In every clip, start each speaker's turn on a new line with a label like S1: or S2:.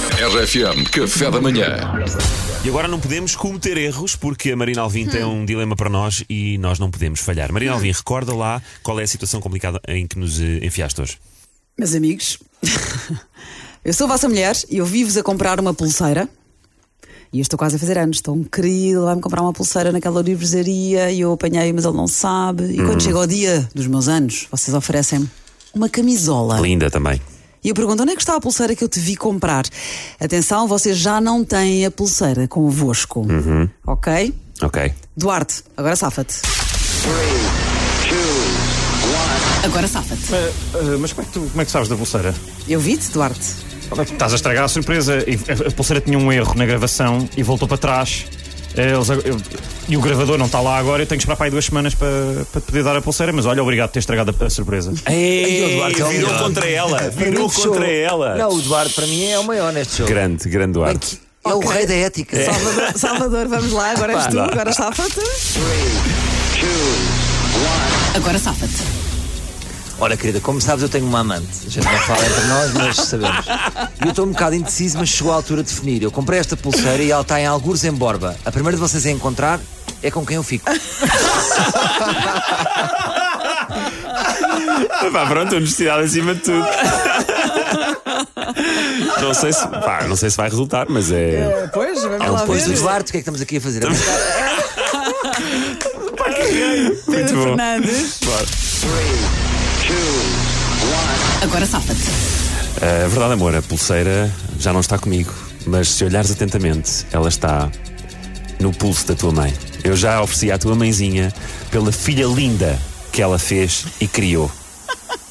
S1: RFM, café da manhã.
S2: E agora não podemos cometer erros porque a Marina Alvim tem um dilema para nós e nós não podemos falhar. Marina Alvim, recorda lá qual é a situação complicada em que nos eh, enfiaste hoje.
S3: Meus amigos, eu sou a vossa mulher e eu vivo-vos a comprar uma pulseira. E eu estou quase a fazer anos. Estou um querido, vai-me comprar uma pulseira naquela livraria e eu apanhei, mas ele não sabe. E quando chega o dia dos meus anos, vocês oferecem-me uma camisola.
S2: Linda também.
S3: E eu pergunto: onde é que está a pulseira que eu te vi comprar? Atenção, vocês já não têm a pulseira convosco. Ok?
S2: Ok.
S3: Duarte, agora safa-te. Agora safa-te.
S4: Ah, mas como é, que tu, como é que sabes da pulseira?
S3: Eu vi-te, Duarte.
S4: Estás a estragar a surpresa. E A a pulseira tinha um erro na gravação e voltou para trás. Eh, Eles, ag- eu- e o gravador não está lá agora. Eu tenho que esperar para aí duas semanas para, para te poder dar a pulseira. Mas olha, obrigado por ter estragado a, a surpresa.
S2: Ei, Duarte, virou contra ela. Virou contra ela.
S5: Não, o Eduardo para mim é o maior neste jogo.
S2: Grande, grande Duarte.
S5: É o rei da ética.
S3: Salvador, Salvador, vamos lá, agora és tu,
S2: Vá.
S3: agora safa-te. Agora safa-te.
S5: Ora, querida, como sabes, eu tenho uma amante. A gente não fala entre nós, mas sabemos. E eu estou um bocado indeciso, mas chegou a altura de definir. Eu comprei esta pulseira e ela está em algures em Borba. A primeira de vocês a encontrar é com quem eu fico.
S2: Ah, Pá, pronto, honestidade acima de tudo. não, sei se, pá, não sei se vai resultar, mas é.
S3: Pois, vamos lá
S5: Pois,
S3: ver.
S5: Eduardo, o que é que estamos aqui a fazer?
S3: Pedro
S2: bom.
S3: Fernandes. Agora safa-te.
S2: A verdade, amor, a pulseira já não está comigo, mas se olhares atentamente, ela está no pulso da tua mãe. Eu já a ofereci à tua mãezinha pela filha linda que ela fez e criou.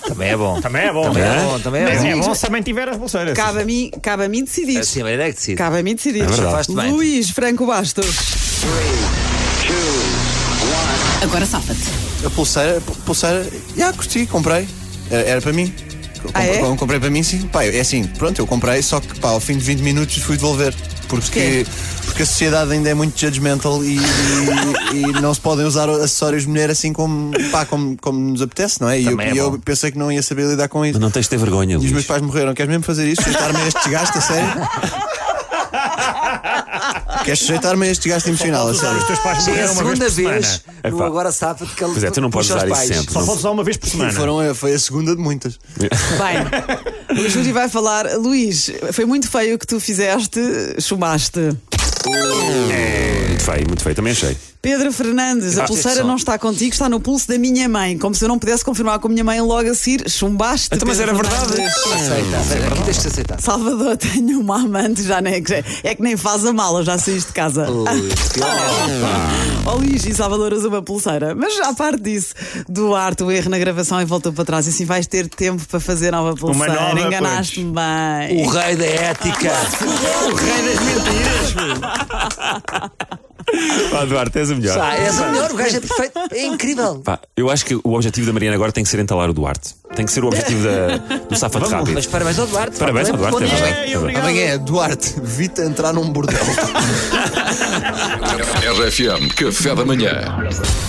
S5: Também é bom.
S4: Também é bom.
S5: Também
S2: Hã?
S5: é bom, também é
S4: Mas é
S5: bom.
S4: bom se também tiver a pulseira.
S3: Cabe a mim, cabe a mim decidir.
S5: Assim, a maneira é que decide.
S3: Cabe a mim decidir.
S2: É verdade.
S5: Faz-te bem.
S3: Luís Franco Bastos. Agora safa-te.
S6: A pulseira, pu- pulseira, já curti, comprei. Era, era para mim. Com-
S3: Ah, é?
S6: com- Comprei para mim, sim. Pá, é assim, pronto, eu comprei, só que pá, ao fim de 20 minutos fui devolver. Porque, porque a sociedade ainda é muito judgmental e, e- e não se podem usar acessórios de mulher assim como, pá, como, como nos apetece, não é? E eu,
S5: Também é
S6: e eu
S5: bom.
S6: pensei que não ia saber lidar com isso.
S2: Mas não tens de ter vergonha,
S6: E os meus
S2: Luís.
S6: pais morreram. Queres mesmo fazer isto? Sujeitar-me a este desgaste, a sério? Queres sujeitar-me a este desgaste emocional, a sério?
S4: Os teus pais
S5: É
S4: morreram
S5: a
S4: uma
S5: segunda
S4: vez por
S5: vez,
S4: semana.
S5: no
S2: Epá.
S5: Agora Safa de que ele
S2: Pois é, tu não podes
S5: puxa os
S2: usar isso
S5: pais.
S2: sempre.
S4: Só
S2: Não-
S4: podes usar uma vez por semana.
S6: Foram, a- foi a segunda de muitas.
S3: Bem, o Júlio vai falar. Luís, foi muito feio o que tu fizeste, chumaste.
S2: Muito feio, muito feio, também achei.
S3: Pedro Fernandes, a
S5: Gosto
S3: pulseira
S5: deste som.
S3: não está contigo, está no pulso da minha mãe. Como se eu não pudesse confirmar com a minha mãe logo a seguir, chumbaste.
S2: Então, mas
S3: Pedro
S2: era verdade.
S3: Fernandes.
S5: Aceita, aceita. Aqui tens de aceitar.
S3: Salvador, tenho uma amante, já nem, é que nem faz a mala, já saíste de casa.
S5: Ui, pior é.
S3: Ó Luís e Salvador usa uma pulseira. Mas à parte disso, Duarte, o erro na gravação e voltou para trás. E assim vais ter tempo para fazer nova pulseira.
S4: nova,
S3: Enganaste-me bem.
S5: O rei da ética. o rei das mentiras.
S2: Pá, Duarte, és o melhor.
S5: Pá, és o melhor, o gajo é perfeito. É incrível.
S2: Pá, eu acho que o objetivo da Mariana agora tem que ser entalar o Duarte. Tem que ser o objetivo da, do safado rápido.
S5: Mas parabéns ao Duarte.
S2: Parabéns ao Duarte. é
S5: Bom dia.
S2: tens razão.
S6: Amanhã é Duarte, vi-te entrar num bordel.
S1: RFM, café da manhã.